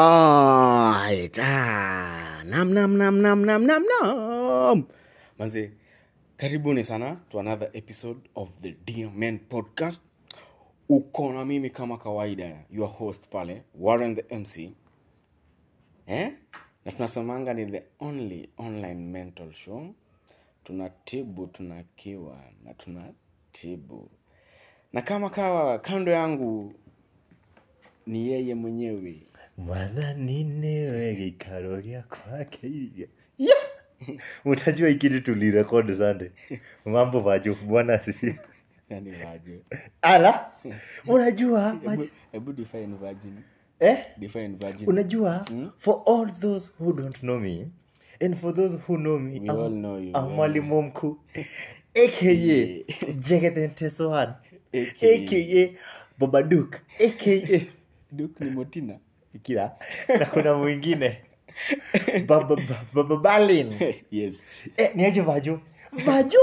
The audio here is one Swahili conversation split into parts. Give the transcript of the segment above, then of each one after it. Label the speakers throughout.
Speaker 1: Alright. Ah, nam nam nam nam nam nam nam. Manze, karibuni sana to another episode of the Dear Men podcast. Uko na mimi kama kawaida, your host pale, Warren the MC. Eh? Na tunasemanga ni the only online mental show. Tunatibu, tunakiwa na tunatibu. Na kama kawa kando yangu ni yeye mwenyewe
Speaker 2: mwana nine we gĩikaro gĩakwa kĩige Ya! utajua ikiri tulirekod sande mambo vajo bwana asifiwe.
Speaker 1: yani vaje
Speaker 2: ala unajua
Speaker 1: hebu
Speaker 2: maji-
Speaker 1: hebu define virgin
Speaker 2: eh?
Speaker 1: define virgin
Speaker 2: unajua
Speaker 1: Hmm?
Speaker 2: for all those who don't know me and for those who know
Speaker 1: We
Speaker 2: me I'm-
Speaker 1: all know you,
Speaker 2: I'm
Speaker 1: yeah.
Speaker 2: mwalimu mkuu aka jegethentesohan
Speaker 1: AKA.
Speaker 2: aka babaduk aka
Speaker 1: duk ni motina
Speaker 2: kila na kuna mwingine Baba- ba- baba balin
Speaker 1: yes
Speaker 2: eh, niaje vajo vajo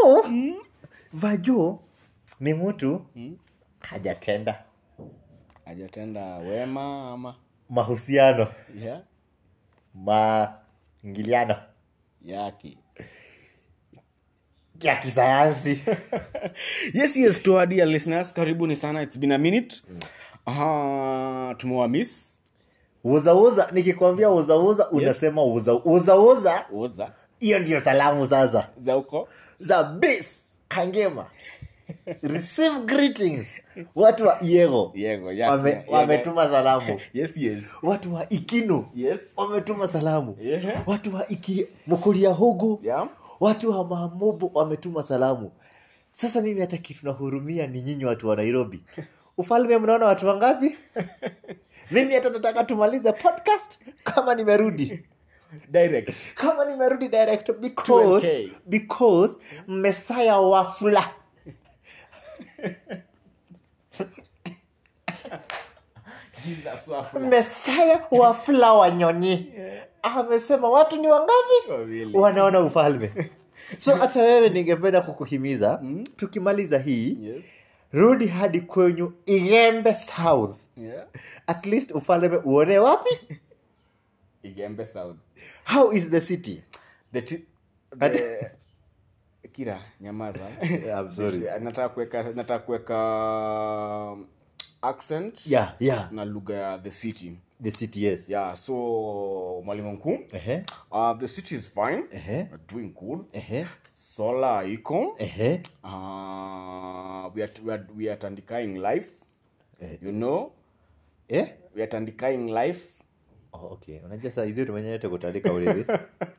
Speaker 2: vajo Hmm? ni mtu
Speaker 1: Hmm?
Speaker 2: hajatenda
Speaker 1: hajatenda wema ama
Speaker 2: mahusiano
Speaker 1: ya
Speaker 2: maingiliano
Speaker 1: yake
Speaker 2: ya kisayansi
Speaker 1: yes yes to our dear listeners karibuni sana it's been a minute uh, tumewa miss
Speaker 2: uzauza nikikwambia uzauza unasema uza uzauza
Speaker 1: oza
Speaker 2: hiyo ndiyo salamu sasa
Speaker 1: za huko
Speaker 2: za bis kangema receive greetings watu wa iego
Speaker 1: yego yes
Speaker 2: Wame-
Speaker 1: Yego.
Speaker 2: wametuma salamu
Speaker 1: yes yes
Speaker 2: watu wa ikino
Speaker 1: yes
Speaker 2: wametuma salamu
Speaker 1: Yeah.
Speaker 2: watu wa iki mkuria hugu
Speaker 1: Yeah.
Speaker 2: watu wa mamobo wametuma salamu sasa mimi hata kitunahurumia ni nyinyi watu wa nairobi ufalme mnaona watu wangapi mimi hata nataka tumalize podcast kama nimerudi
Speaker 1: direct
Speaker 2: kama nimerudi direct because,
Speaker 1: 2NK.
Speaker 2: because mesaya wafula
Speaker 1: jesus wafu
Speaker 2: mesaya wafula wanyonyi amesema watu ni wangapi
Speaker 1: wawili
Speaker 2: wanaona ufalme so hata wewe ningependa kukuhimiza tukimaliza hii
Speaker 1: yes
Speaker 2: rudi hadi kwenyu igembe south
Speaker 1: yeah
Speaker 2: at least ufalme uone wapi
Speaker 1: igembe sound
Speaker 2: how is the city
Speaker 1: the t-
Speaker 2: But-
Speaker 1: the- kira nyamaza
Speaker 2: Yeah, I'm sorry.
Speaker 1: Yes, nataka kuweka nataka kuweka um, accent
Speaker 2: yeah yeah
Speaker 1: na lugha ya the city
Speaker 2: the city yes
Speaker 1: yeah so mwalimu mkuu
Speaker 2: ehe
Speaker 1: uh, the city is fine
Speaker 2: ehe
Speaker 1: We're doing good
Speaker 2: ehe
Speaker 1: sola iko
Speaker 2: ehe
Speaker 1: uh, we are, we are, we are tandikying life
Speaker 2: Eh.
Speaker 1: you know
Speaker 2: eh
Speaker 1: we are tandikying life
Speaker 2: oh, okay unajua saa hizi tumenya yote kutandika ulizi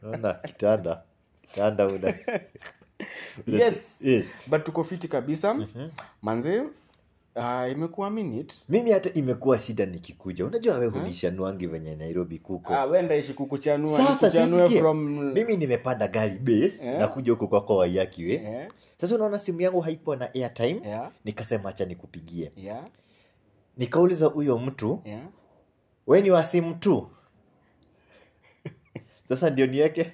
Speaker 2: naona kitanda kitanda una
Speaker 1: yes
Speaker 2: eh.
Speaker 1: but tuko fiti kabisa
Speaker 2: Mm-hmm.
Speaker 1: manze uh, imekuwa minute
Speaker 2: mimi hata imekuwa shida nikikuja unajua we hunishanuangi venye nairobi kuko
Speaker 1: Ah, wenda ishi kukuchanua
Speaker 2: sasa
Speaker 1: nikuchanue
Speaker 2: sisikie
Speaker 1: from
Speaker 2: mimi nimepanda gari base
Speaker 1: Eh?
Speaker 2: na kuja huko kwako waiakiwe
Speaker 1: Eh,
Speaker 2: sasa unaona simu yangu haikuwa na airtime
Speaker 1: yeah,
Speaker 2: nikasema hacha nikupigie
Speaker 1: yeah,
Speaker 2: nikauliza huyo mtu
Speaker 1: yeah.
Speaker 2: we ni wa simu tu sasa ndio nieke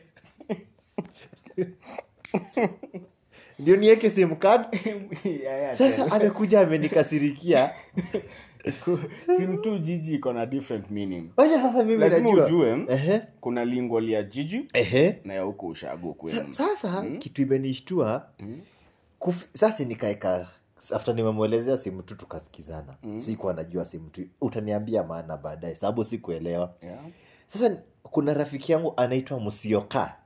Speaker 2: ndio nieke simu card
Speaker 1: Yeah, yeah,
Speaker 2: sasa amekuja amenikasirikia
Speaker 1: tell. Sim tu jiji iko na different meaning
Speaker 2: wacha sasa mimi
Speaker 1: lazima
Speaker 2: najua Eh.
Speaker 1: ujue
Speaker 2: Ehe,
Speaker 1: kuna lingo ya jiji
Speaker 2: ehe.
Speaker 1: na ya huko ushago
Speaker 2: Sa-
Speaker 1: kwenu
Speaker 2: sasa kitu imenishtua
Speaker 1: Hmm?
Speaker 2: kuf- sasa nikaeka afta nimemwelezea simu tu tukasikizana
Speaker 1: Hmm?
Speaker 2: sikuwa najua simu tu utaniambia maana baadaye sababu sikuelewa
Speaker 1: yeah.
Speaker 2: sasa kuna rafiki yangu anaitwa msioka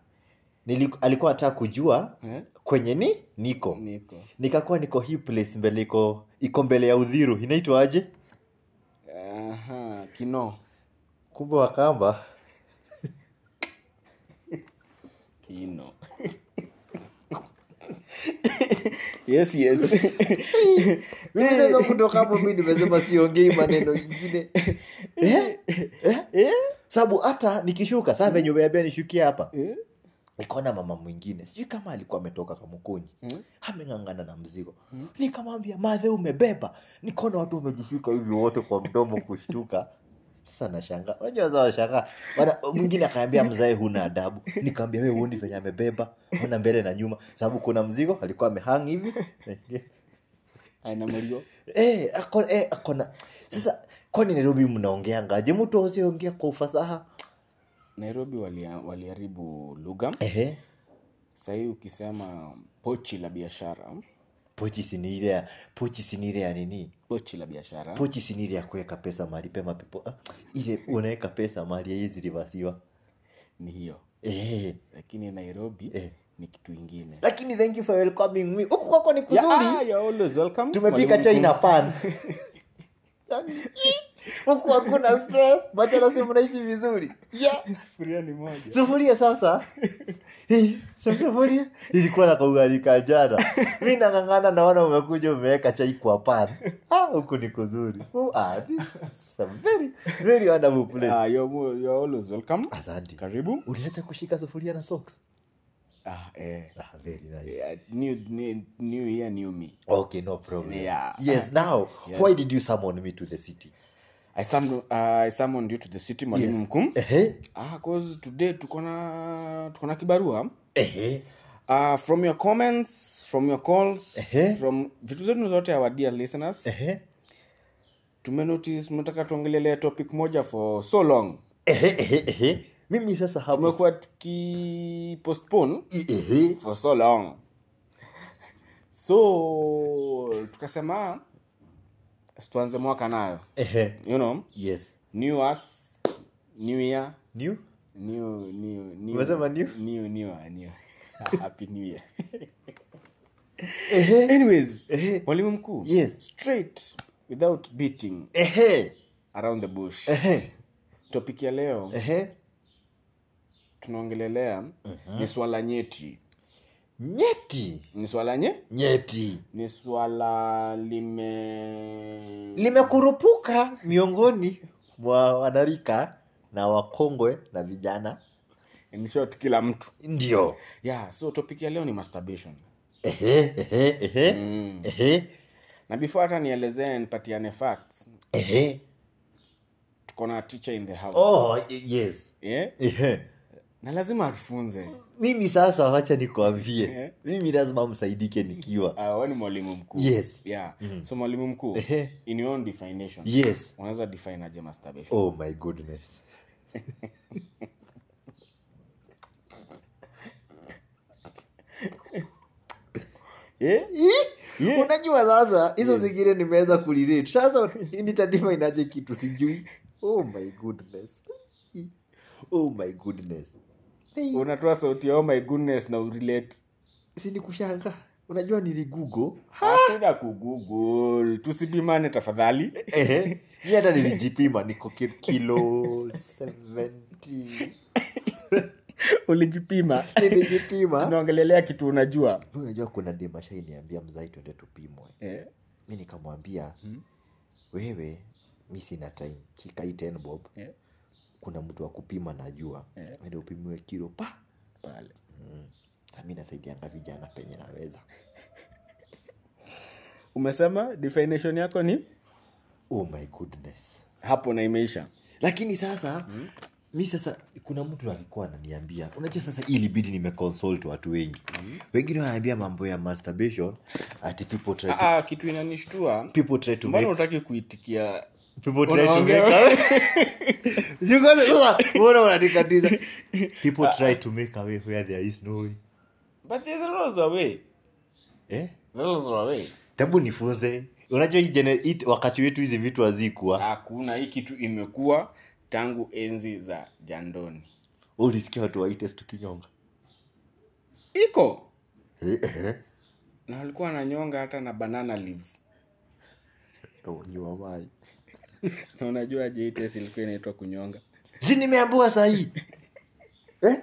Speaker 2: Nili- alikuwa anataka kujua
Speaker 1: Eh?
Speaker 2: kwenye ni niko
Speaker 1: niko
Speaker 2: nikakuwa niko hii place mbele iko iko mbele ya udhiru inaitwa aje
Speaker 1: Aha, kino
Speaker 2: kumbe wakamba
Speaker 1: kino yes yes
Speaker 2: mimi sasa kutoka hapo mi nimesema siongei maneno ingine eh? eh?
Speaker 1: Eh?
Speaker 2: sababu hata nikishuka saa venye umeambia nishukie hapa
Speaker 1: Eh?
Speaker 2: nikaona mama mwingine sijui kama alikuwa ametoka kamukunyi
Speaker 1: Mm.
Speaker 2: ameng'ang'ana na mzigo
Speaker 1: Hmm?
Speaker 2: nikamwambia madhe umebeba nikaona watu wamejishika hivi wote kwa mdomo kushtuka sasa nashanga unajua waza washangaa Wana- mwingine akaambia mzae huna adabu nikaambia we uoni venye amebeba ona mbele na nyuma sababu kuna mzigo alikuwa amehang hivi
Speaker 1: aina mario
Speaker 2: Eh, ako- eh, akona sasa kwani nairobi mnaongeangaje mtu asiongea kwa ufasaha
Speaker 1: nairobi walia- waliharibu lugha
Speaker 2: ehe
Speaker 1: sahii ukisema pochi la biashara
Speaker 2: pochi sini ile ya pochi sini ile ya nini
Speaker 1: pochi la biashara
Speaker 2: pochi sini ile ya kuweka pesa mahali pema pepo ah, ile unaweka pesa mahali haiwezi reversiwa
Speaker 1: ni hiyo
Speaker 2: ehe
Speaker 1: lakini nairobi
Speaker 2: Eh.
Speaker 1: ni kitu ingine
Speaker 2: lakini thank you for welcoming me huku kwako ni kuzuri
Speaker 1: Yeah, ah, you're always welcome.
Speaker 2: tumepika
Speaker 1: Mwalimu
Speaker 2: chai na pan Yaani, huku hakuna stress bachelasi mnaishi vizuri yeah.
Speaker 1: mkuu. Sufuria ni moja
Speaker 2: sufuria sasa Hii, sufuria ilikuwa na kaugali ka jana mi nang'ang'ana naona umekuja umeweka chai kwa pan Ah, huku ni kuzuri Oh, ah, this is a very, very wonderful place.
Speaker 1: Ah, you're mo- you're always welcome.
Speaker 2: Asante.
Speaker 1: karibu
Speaker 2: uliacha kushika sufuria na socks
Speaker 1: ah, eh.
Speaker 2: ah, very nice.
Speaker 1: Yeah, new, new, new year new me
Speaker 2: okay no problem
Speaker 1: Yeah.
Speaker 2: yes now
Speaker 1: Yes.
Speaker 2: why did you summon me to the city
Speaker 1: i summoned, uh, I summoned you to the city mwalimu
Speaker 2: Yes.
Speaker 1: mkuu
Speaker 2: ehe
Speaker 1: ah, cause today tuko na tuko na kibarua
Speaker 2: ehe
Speaker 1: uh, from your comments from your calls
Speaker 2: Ehe.
Speaker 1: from vitu zetu zote our dear listeners
Speaker 2: ehe
Speaker 1: tumenotice tumetaka tuongelelea topic moja for so long
Speaker 2: ehe ehe ehe mimi sasa hapo
Speaker 1: tumekuwa tukipostpone
Speaker 2: ehe
Speaker 1: for so long so tukasema tuanze mwaka nayo
Speaker 2: ehe
Speaker 1: you know
Speaker 2: yes
Speaker 1: new us new year
Speaker 2: new
Speaker 1: new new new
Speaker 2: Umesema new?
Speaker 1: new new new happy new year
Speaker 2: ehe
Speaker 1: anyways
Speaker 2: ehe
Speaker 1: mwalimu mkuu
Speaker 2: Yes.
Speaker 1: straight without beating
Speaker 2: ehe
Speaker 1: around the bush
Speaker 2: ehe
Speaker 1: topic ya leo
Speaker 2: ehe
Speaker 1: tunaongelelea
Speaker 2: Uh-huh.
Speaker 1: ni swala nyeti
Speaker 2: nyeti
Speaker 1: ni swala nye
Speaker 2: nyeti
Speaker 1: ni swala lime
Speaker 2: limekurupuka miongoni mwa wanarika na wakongwe na vijana
Speaker 1: in short kila mtu
Speaker 2: ndio
Speaker 1: yeah so topic ya leo ni masturbation
Speaker 2: ehe ehe ehe
Speaker 1: mm.
Speaker 2: ehe
Speaker 1: na before hata nielezee nipatiane facts
Speaker 2: ehe
Speaker 1: tuko na teacher in the house
Speaker 2: oh y- yes
Speaker 1: yeah?
Speaker 2: ehe
Speaker 1: na lazima atufunze
Speaker 2: mimi sasa wacha nikuambie
Speaker 1: Eh.
Speaker 2: mimi lazima msaidike nikiwa
Speaker 1: Ah, wewe ni mwalimu mkuu
Speaker 2: Yes. Mm-hmm. Eh.
Speaker 1: yeah. so mwalimu mkuu
Speaker 2: Ehe.
Speaker 1: in your own definition
Speaker 2: yes
Speaker 1: unaweza define aje masturbation
Speaker 2: oh my goodness
Speaker 1: yeah?
Speaker 2: yeah. unajua sasa hizo yeah. zingine nimeweza kulirate sasa nitadifainaje kitu sijui oh my goodness oh my goodness hey,
Speaker 1: unatoa sauti ya oh my goodness na urelate
Speaker 2: si ni kushanga unajua niligugo
Speaker 1: hakuna kugoogle tusipimane tafadhali
Speaker 2: ehe mi hata nilijipima niko ki- kilo 70
Speaker 1: ulijipima
Speaker 2: nilijipima
Speaker 1: tunaongelelea kitu unajua
Speaker 2: unajua kuna demashaniambia mzai twende tupimwe
Speaker 1: yeah.
Speaker 2: mi nikamwambia hmm? wewe mi sina time kikai ten bob
Speaker 1: Yeah.
Speaker 2: kuna mtu wa kupima najua
Speaker 1: Yeah.
Speaker 2: ende upimiwe kilo pa
Speaker 1: Eh?
Speaker 2: Hmm.
Speaker 1: pale
Speaker 2: Sa mi nasaidianga vijana penye naweza
Speaker 1: umesema definition yako ni
Speaker 2: oh my goodness
Speaker 1: hapo na imeisha
Speaker 2: lakini sasa hmm? mi sasa kuna mtu alikuwa ananiambia unajua sasa hii ilibidi nimeconsult watu wengi hmm? wengine wanaambia mambo ya masturbation ati people try to,
Speaker 1: ah, kitu inanishtua
Speaker 2: people try to
Speaker 1: mbona
Speaker 2: make
Speaker 1: utaki kuitikia
Speaker 2: people try to
Speaker 1: Unaongea
Speaker 2: make away Sio kwanza sasa mbona unanikatiza people try to make away where there is no way
Speaker 1: but there's laws away
Speaker 2: eh
Speaker 1: laws away
Speaker 2: tabu nifunze unajua hii gener- hii- wakati wetu hizi vitu hazikuwa
Speaker 1: hakuna hii kitu imekuwa tangu enzi za jandoni
Speaker 2: Wewe ulisikia watu waites tukinyonga
Speaker 1: iko
Speaker 2: Eh, eh.
Speaker 1: na walikuwa wananyonga hata na banana leaves
Speaker 2: Oh, ni wamai
Speaker 1: na unajua jts ilikuwa inaitwa kunyonga
Speaker 2: si nimeambiwa sahii eh?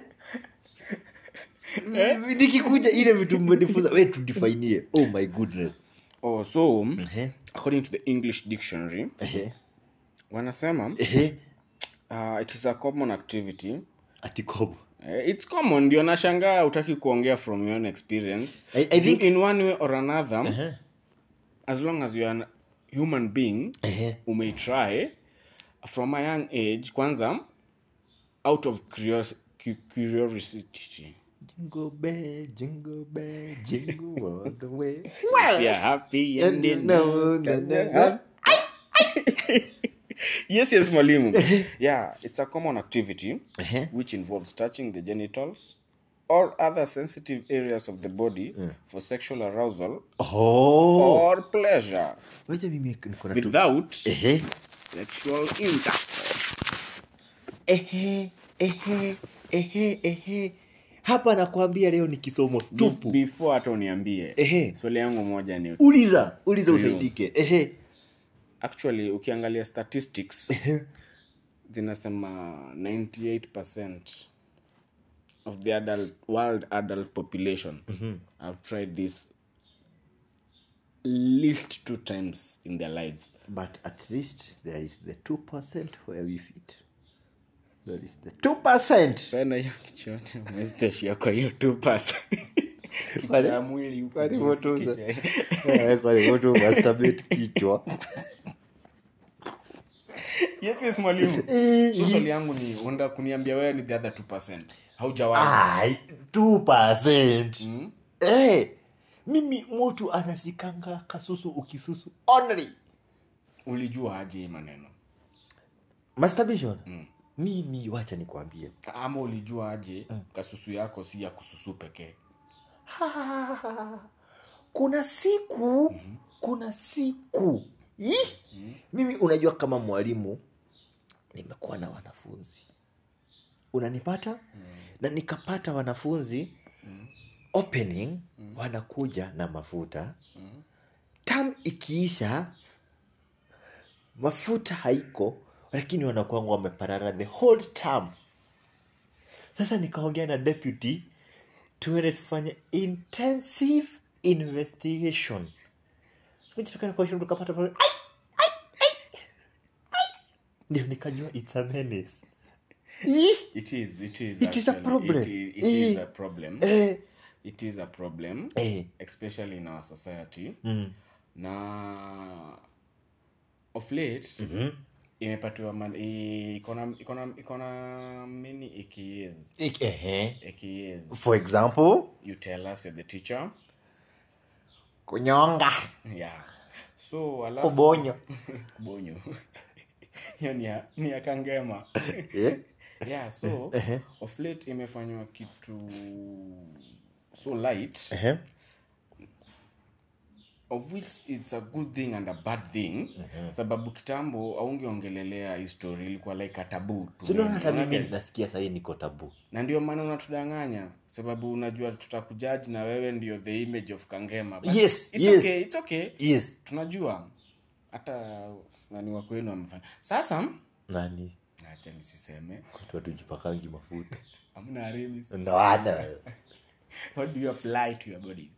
Speaker 2: nikikuja ile vitu mmenifunza we tudifainie oh my goodness
Speaker 1: oh, so
Speaker 2: Ehe,
Speaker 1: according to the english dictionary
Speaker 2: ehe,
Speaker 1: wanasema
Speaker 2: ehe.
Speaker 1: uh, it is a common activity
Speaker 2: ati kobo
Speaker 1: Eh, it's common ndio nashangaa utaki kuongea from your own experience
Speaker 2: I- I think- Uh-huh.
Speaker 1: in one way or another
Speaker 2: Ehe,
Speaker 1: as long as you are an human being
Speaker 2: ehe.
Speaker 1: umeitry from a young age kwanza out of curios- cu- curiosity
Speaker 2: Jingle bell, jingle bell, jingle all the way. Eh,
Speaker 1: If you're happy and
Speaker 2: And
Speaker 1: you
Speaker 2: you know
Speaker 1: know that-
Speaker 2: that- that-
Speaker 1: yes yes mwalimu yeah it's a common activity
Speaker 2: Ehe.
Speaker 1: which involves touching the genitals or other sensitive areas of the body for sexual arousal
Speaker 2: Oh.
Speaker 1: or pleasure
Speaker 2: Wacha mimi niko na tu-
Speaker 1: without
Speaker 2: Ehe.
Speaker 1: sexual impact
Speaker 2: Ehe, ehe, ehe, ehe. hapa nakwambia leo ni kisomo tupu Eh.
Speaker 1: before hata uniambie
Speaker 2: Ehe.
Speaker 1: swali yangu moja ni
Speaker 2: uliza uliza
Speaker 1: Ndio.
Speaker 2: usaidike ehe
Speaker 1: actually ukiangalia statistics zinasema 98% of the adult, world adult population have tried this least two times in their lives
Speaker 2: but at least there is the 2 where we fit there is the 2
Speaker 1: tena hiyo kichwani mwezitashia kwa hiyo two pass kichwa ya mwili huku
Speaker 2: Kwani
Speaker 1: juu,
Speaker 2: motuza?
Speaker 1: kichwa ya-
Speaker 2: Eh, kwani watu masturbate kichwa
Speaker 1: yes yes mwalimu
Speaker 2: Eh,
Speaker 1: so swali yangu ni unataka kuniambia wewe ni the other 2% haujawahi
Speaker 2: ai 2
Speaker 1: Mm?
Speaker 2: Eh, mimi mtu anasikanga kasusu ukisusu only
Speaker 1: ulijua aje hii maneno
Speaker 2: masturbation mimi wacha nikwambie
Speaker 1: ama ulijua aje
Speaker 2: Eh.
Speaker 1: kasusu yako si ya kususu pekee
Speaker 2: kuna siku kuna siku Ih! mimi unajua kama mwalimu nimekuwa na wanafunzi unanipata na nikapata wanafunzi opening wanakuja na mafuta tam ikiisha mafuta haiko lakini wanakuanga wameparara the whole term sasa nikaongea na deputy tuende tufanye intensive investigation sikujitokana kwa shule tukapata pale, "Ai, ai, ai, ai." ndio nikajua it's a menace Ih,
Speaker 1: it is it is
Speaker 2: It is a
Speaker 1: actually-
Speaker 2: problem.
Speaker 1: it, i- it is
Speaker 2: Eh.
Speaker 1: a problem
Speaker 2: eh,
Speaker 1: it is a problem
Speaker 2: eh,
Speaker 1: especially in our society
Speaker 2: mm,
Speaker 1: na of late
Speaker 2: mhm.
Speaker 1: imepatiwa man- i- ikona- ikona- ikona mini ikiyes
Speaker 2: Ik- ehe.
Speaker 1: ikiyes
Speaker 2: for example
Speaker 1: you tell us you're the teacher
Speaker 2: kunyonga
Speaker 1: yeah so alafu
Speaker 2: kubonyo
Speaker 1: bonyo hiyo ni ya- ni ya kangema
Speaker 2: Eh,
Speaker 1: yeah so
Speaker 2: ehe,
Speaker 1: of late imefanywa kitu so light
Speaker 2: ehe.
Speaker 1: of which it's a good thing and a bad thing sababu kitambo aungeongelelea history ilikuwa like a taboo tu.
Speaker 2: So unaona hata mimi
Speaker 1: Unaona?
Speaker 2: Yaani, nasikia sahii niko tabu
Speaker 1: na ndio maana unatudanganya sababu unajua tutakujaji na wewe ndio the image of kangema But
Speaker 2: Yes,
Speaker 1: it's
Speaker 2: yes.
Speaker 1: okay, it's okay
Speaker 2: yes
Speaker 1: tunajua hata nani wako wenu wamefanya sasa
Speaker 2: nani
Speaker 1: acha nisiseme
Speaker 2: kwetu hatujipakangi mafuta
Speaker 1: hamna arimis
Speaker 2: ndoana
Speaker 1: what do you apply to your body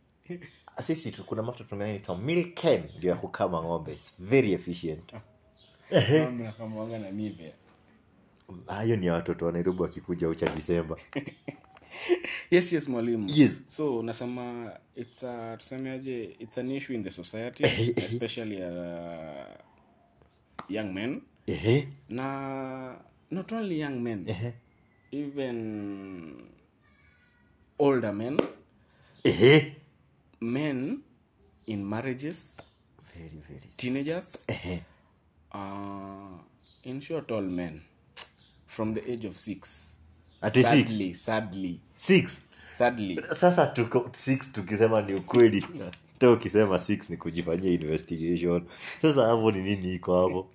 Speaker 2: sisi tu- kuna mafuta tunatumia inaitwa milken ndio ya kukama ng'ombe It's very efficient
Speaker 1: Kama mnakamwanga na Nivea.
Speaker 2: hayo ni ya watoto wa nairobi wakikuja ucha disemba
Speaker 1: yes yes mwalimu
Speaker 2: Yes.
Speaker 1: so nasema it's a, tuseme aje it's an issue in the society especially uh, young men
Speaker 2: Ehe,
Speaker 1: na not only young men
Speaker 2: ehe,
Speaker 1: even older men
Speaker 2: ehe.
Speaker 1: men in marriages
Speaker 2: Very, very s-
Speaker 1: teenagers
Speaker 2: ehe.
Speaker 1: uh, in short all men from the age of six
Speaker 2: Ati six?
Speaker 1: sadly sadly
Speaker 2: Six.
Speaker 1: sadly
Speaker 2: sasa tuko six tukisema ni ukweli ta ukisema six ni kujifanyia investigation sasa hapo ni nini iko hapo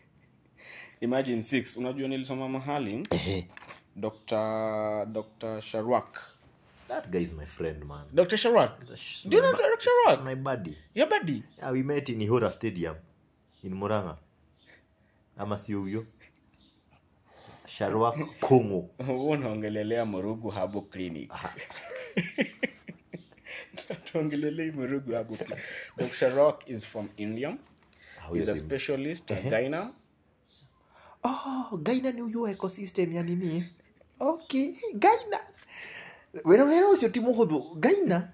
Speaker 1: imagine six unajua nilisoma mahali
Speaker 2: Ehe.
Speaker 1: dr dr sharwak
Speaker 2: that guy is my friend man
Speaker 1: dr sharwak
Speaker 2: That's
Speaker 1: Do you
Speaker 2: my
Speaker 1: know
Speaker 2: bu-
Speaker 1: Dr.
Speaker 2: that's
Speaker 1: Sharwak?
Speaker 2: my buddy
Speaker 1: your buddy
Speaker 2: yeah, Ah, we met in ihora stadium in muranga ama sio huyo sharwa kongo
Speaker 1: huu unaongelelea morugu habo clinic tuongelelei morugu habo clinic dr sharwak is from india
Speaker 2: How
Speaker 1: he's a
Speaker 2: is him?
Speaker 1: specialist a gyna
Speaker 2: oh, gaina ni huyo wa ecosystem ya nini okay gaina wenawera ucio ti muhuthu gaina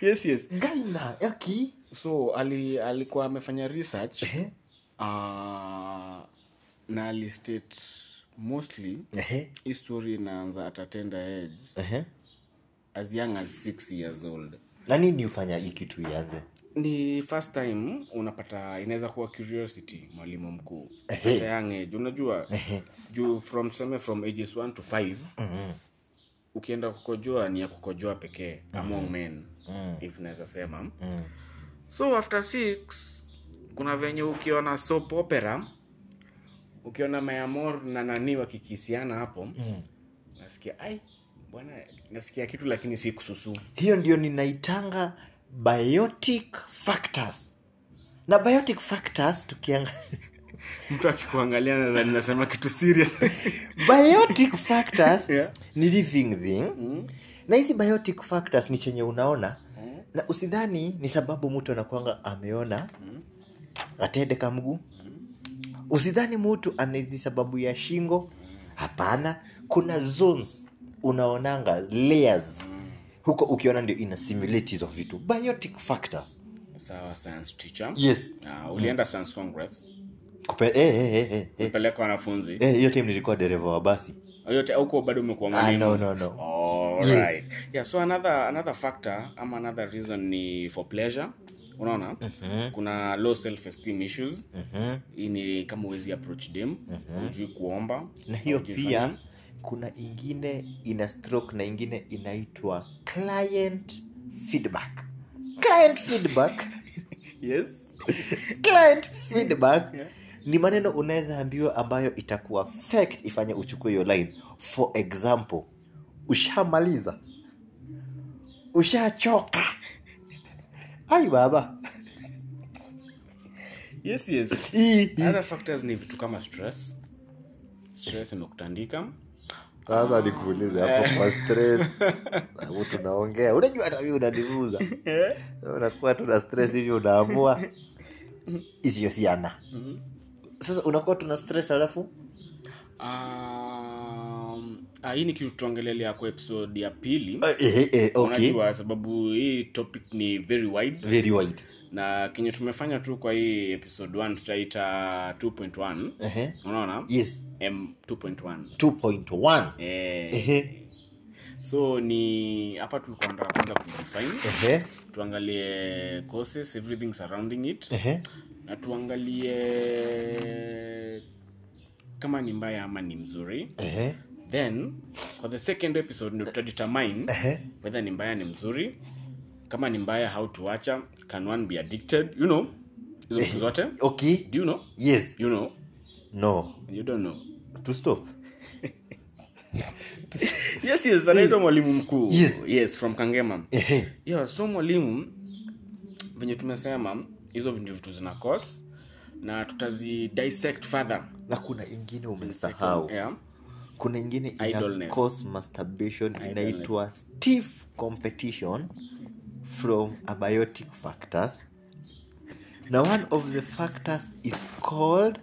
Speaker 1: yes yes
Speaker 2: gaina aki
Speaker 1: so ali alikuwa amefanya research uh, na alistate mostly hii story inaanza at a tender age as young as six years old
Speaker 2: na nini ufanya hii kitu ianze
Speaker 1: ni first time unapata inaweza kuwa curiosity mwalimu mkuu At a young age unajua juu from tuseme from ages 1 to 5
Speaker 2: Mhm.
Speaker 1: ukienda kukojoa ni ya kukojoa pekee among men if naweza sema
Speaker 2: Mm.
Speaker 1: so after six kuna venye ukiona soap opera ukiona mayamor na nani wakikisiana hapo
Speaker 2: Mm.
Speaker 1: nasikia ai bwana nasikia kitu lakini si kususu
Speaker 2: hiyo ndio ninaitanga biotic factors na biotic factors tukianga
Speaker 1: mtu akikuangalia nadhani nasema kitu serious
Speaker 2: biotic factors
Speaker 1: Yeah.
Speaker 2: ni living thing
Speaker 1: Mm.
Speaker 2: na hizi biotic factors ni chenye unaona na usidhani ni sababu mtu anakwanga ameona
Speaker 1: Mm.
Speaker 2: atende ka mguu usidhani mtu anaizi sababu ya shingo hapana kuna zones unaonanga layers huko ukiona ndio ina simulate hizo vitu biotic factors
Speaker 1: sawa science teacher
Speaker 2: yes
Speaker 1: Ah, ulienda science congress
Speaker 2: Kupe, eh, eh, eh, eh, eh.
Speaker 1: peleka wanafunzi
Speaker 2: Eh, hiyo time nilikuwa dereva wa basi
Speaker 1: yote auko bado umekuwa
Speaker 2: ah,
Speaker 1: mwalimu
Speaker 2: no, no, no.
Speaker 1: All
Speaker 2: Yes.
Speaker 1: right. yeah so another another factor ama another reason ni for pleasure unaona
Speaker 2: Eh. Mm,
Speaker 1: kuna low self esteem issues
Speaker 2: Mhm.
Speaker 1: hii ni kama uwezi approach dem hujui kuomba
Speaker 2: na hiyo
Speaker 1: hujui
Speaker 2: pia
Speaker 1: fanya-
Speaker 2: kuna ingine ina stroke na ingine inaitwa client feedback client feedback
Speaker 1: yes
Speaker 2: client feedback
Speaker 1: Yeah.
Speaker 2: ni maneno unaweza ambiwa ambayo itakuwa fact ifanye uchukue hiyo line for example ushamaliza ushachoka ai baba
Speaker 1: yes yes
Speaker 2: Hii, hii.
Speaker 1: other factors ni vitu kama stress stress imekutandika
Speaker 2: sasa nikuulize hapo
Speaker 1: Eh.
Speaker 2: kwa stress sababu tunaongea unajua hata mimi unanivuza
Speaker 1: Eh?
Speaker 2: unakuwa tuna stress hivi unaamua isiyohusiana
Speaker 1: Mm-hmm.
Speaker 2: sasa unakuwa tuna stress alafu
Speaker 1: um, ah, hii ni kitu tutaongelelea kwa episode ya pili
Speaker 2: eh, eh, eh, okay
Speaker 1: unajua sababu hii topic ni very wide
Speaker 2: very wide
Speaker 1: na kenye tumefanya tu kwa hii episode 1 tutaita 2.1
Speaker 2: Ehe.
Speaker 1: unaona
Speaker 2: yes
Speaker 1: m 2.1
Speaker 2: 2.1
Speaker 1: eh,
Speaker 2: Ehe.
Speaker 1: so ni hapa tulikuwa tunataka kwanza kudefine
Speaker 2: Ehe.
Speaker 1: tuangalie causes everything surrounding it
Speaker 2: Ehe.
Speaker 1: na tuangalie kama ni mbaya ama ni mzuri
Speaker 2: Ehe.
Speaker 1: then for the second episode ndio tutadetermine
Speaker 2: Ehe.
Speaker 1: whether ni mbaya ni mzuri kama ni mbaya how to acha can one be addicted you know hizo vitu zote
Speaker 2: okay
Speaker 1: do you know
Speaker 2: yes
Speaker 1: you know
Speaker 2: no
Speaker 1: you don't know
Speaker 2: to stop
Speaker 1: yes yes anaitwa mwalimu mkuu
Speaker 2: Yes.
Speaker 1: yes from kangema
Speaker 2: Ehe.
Speaker 1: yeah, so mwalimu venye tumesema hizo ndio vitu zina cause na tutazi dissect further
Speaker 2: na kuna ingine umesahau
Speaker 1: yeah.
Speaker 2: kuna ingine ina
Speaker 1: Idleness.
Speaker 2: cause masturbation inaitwa stiff competition from abiotic factors na one of the factors is called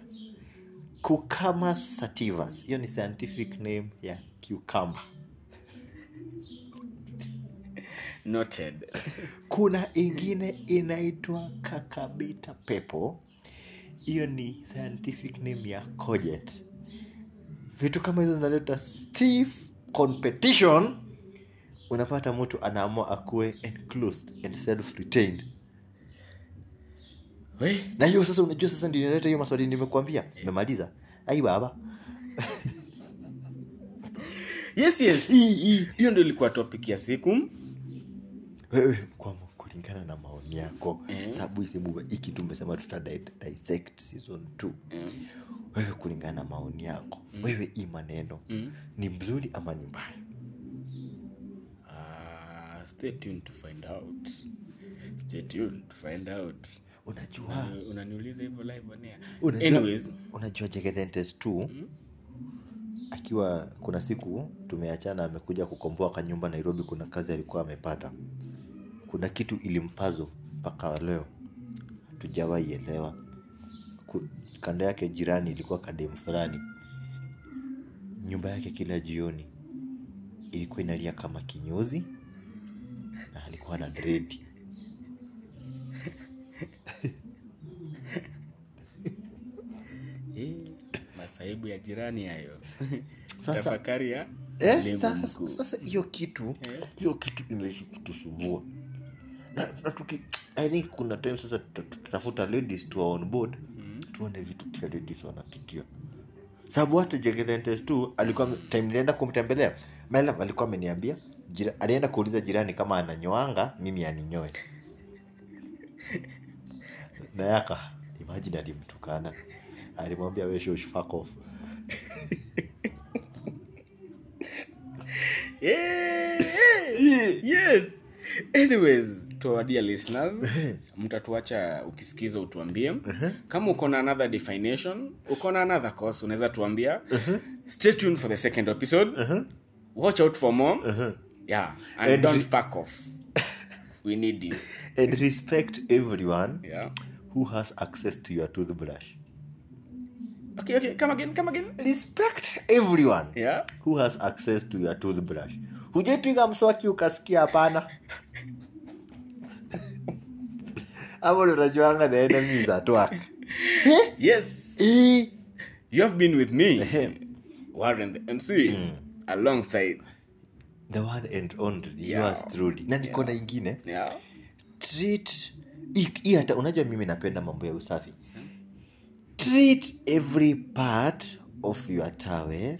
Speaker 2: cucumbers sativas hiyo ni scientific name ya cucumber
Speaker 1: noted
Speaker 2: kuna ingine inaitwa kakabita pepo hiyo ni scientific name ya cojet vitu kama hizo zinaleta stiff competition unapata mtu anaamua akuwe enclosed and self retained
Speaker 1: we
Speaker 2: na hiyo sasa unajua sasa ndio inaleta hiyo maswali nimekuambia memaliza ai baba
Speaker 1: yes yes hiyo ndio ilikuwa topic ya siku
Speaker 2: wewe kwa kulingana na maoni yako sababu isimu hiki tumesema tuta di- dissect season 2
Speaker 1: Mm.
Speaker 2: wewe kulingana na maoni yako wewe hii maneno
Speaker 1: Mm.
Speaker 2: ni mzuri ama ni mbaya
Speaker 1: Ah, stay tuned to find out stay tuned to find out
Speaker 2: unajua
Speaker 1: Eh, unaniuliza hivyo live on air
Speaker 2: Ah. Unajua-
Speaker 1: anyways
Speaker 2: unajua jegethentes t akiwa kuna siku tumeachana amekuja kukomboa kanyumba nairobi kuna kazi alikuwa amepata kuna kitu ilimpazo mpaka leo tujawaielewa kando yake jirani ilikuwa kademu fulani nyumba yake kila jioni ilikuwa inalia kama kinyozi na alikuwa na dredi
Speaker 1: eh, masaibu ya jirani hayo
Speaker 2: Sasa-
Speaker 1: tafakari ya
Speaker 2: Eh,
Speaker 1: mwalimu
Speaker 2: sasa
Speaker 1: mkuu.
Speaker 2: sasa hiyo kitu hiyo kitu imeishi kutusumbua na, na tuki, i think kuna time sasa tuta- tutatafuta ladies tu are on board tuone vitu pia ladies wanapitia sababu hata jegelentes tu alikuwa time nilienda kumtembelea my love alikuwa ameniambia jira, alienda kuuliza jirani kama ananyoanga mimi aninyoe nayaka imagine alimtukana alimwambia we shush fuck off Eh.
Speaker 1: Yeah. Eh, yes anyways to our dear listeners
Speaker 2: Eh.
Speaker 1: mtatuacha ukisikiza utuambie
Speaker 2: Uh-huh.
Speaker 1: kama uko na another definition uko na another course unaweza tuambia
Speaker 2: Eh.
Speaker 1: stay tuned for the second episode watch out for more
Speaker 2: Eh.
Speaker 1: yeah and,
Speaker 2: And
Speaker 1: don't
Speaker 2: re-
Speaker 1: fuck off we need you
Speaker 2: and respect everyone
Speaker 1: yeah
Speaker 2: who has access to your toothbrush
Speaker 1: okay okay come again come again
Speaker 2: respect everyone
Speaker 1: yeah
Speaker 2: who has access to your toothbrush hujaipiga mswaki ukasikia hapana ama unajuanga the enemies at work Eh?
Speaker 1: yes
Speaker 2: Eh.
Speaker 1: you have been with me
Speaker 2: Ahem. Hmm.
Speaker 1: warren the mc alongside
Speaker 2: the one and only
Speaker 1: Yeah.
Speaker 2: yours truly na niko na ingine
Speaker 1: yeah
Speaker 2: treat hii- hii hata unajua mimi napenda mambo ya usafi treat every part of your towel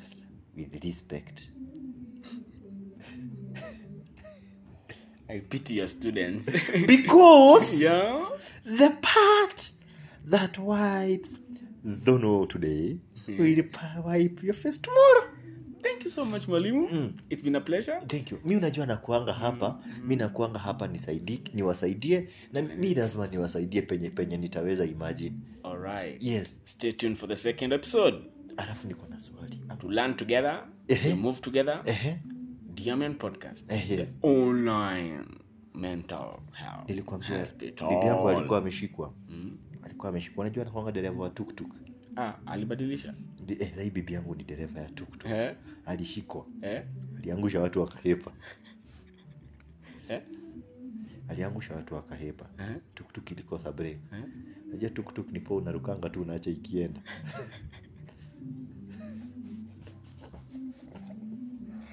Speaker 2: with respect
Speaker 1: i pity your students
Speaker 2: because
Speaker 1: yeah
Speaker 2: the part that wipes Zono today will pa- wipe your face tomorrow.
Speaker 1: thank you so much mwalimu
Speaker 2: Hmm.
Speaker 1: it's been a pleasure
Speaker 2: Thank you. Mi unajua nakuanga hapa, mi nakuanga hapa nisaidie, niwasaidie na mi lazima niwasaidie penye penye nitaweza imagine.
Speaker 1: all right
Speaker 2: Yes.
Speaker 1: stay tuned for the second episode
Speaker 2: Alafu niko na swali.
Speaker 1: to learn together
Speaker 2: Ehe.
Speaker 1: we move together
Speaker 2: Ehe.
Speaker 1: diamond podcast
Speaker 2: Eh, yes.
Speaker 1: online mental health
Speaker 2: Nilikwambia
Speaker 1: hospital.
Speaker 2: bibi yangu alikuwa ameshikwa. Alikuwa ameshikwa. Unajua anakuanga dereva wa tuktuk.
Speaker 1: ah alibadilisha
Speaker 2: Bi- Eh, sasa hii bibi yangu ni dereva ya tuktuk.
Speaker 1: eh
Speaker 2: Alishikwa.
Speaker 1: eh
Speaker 2: Aliangusha watu wakahepa.
Speaker 1: eh
Speaker 2: aliangusha watu wakahepa
Speaker 1: Eh.
Speaker 2: tuktuk ilikosa break
Speaker 1: Eh.
Speaker 2: najua tuktuk nipo unarukanga tu unaacha ikienda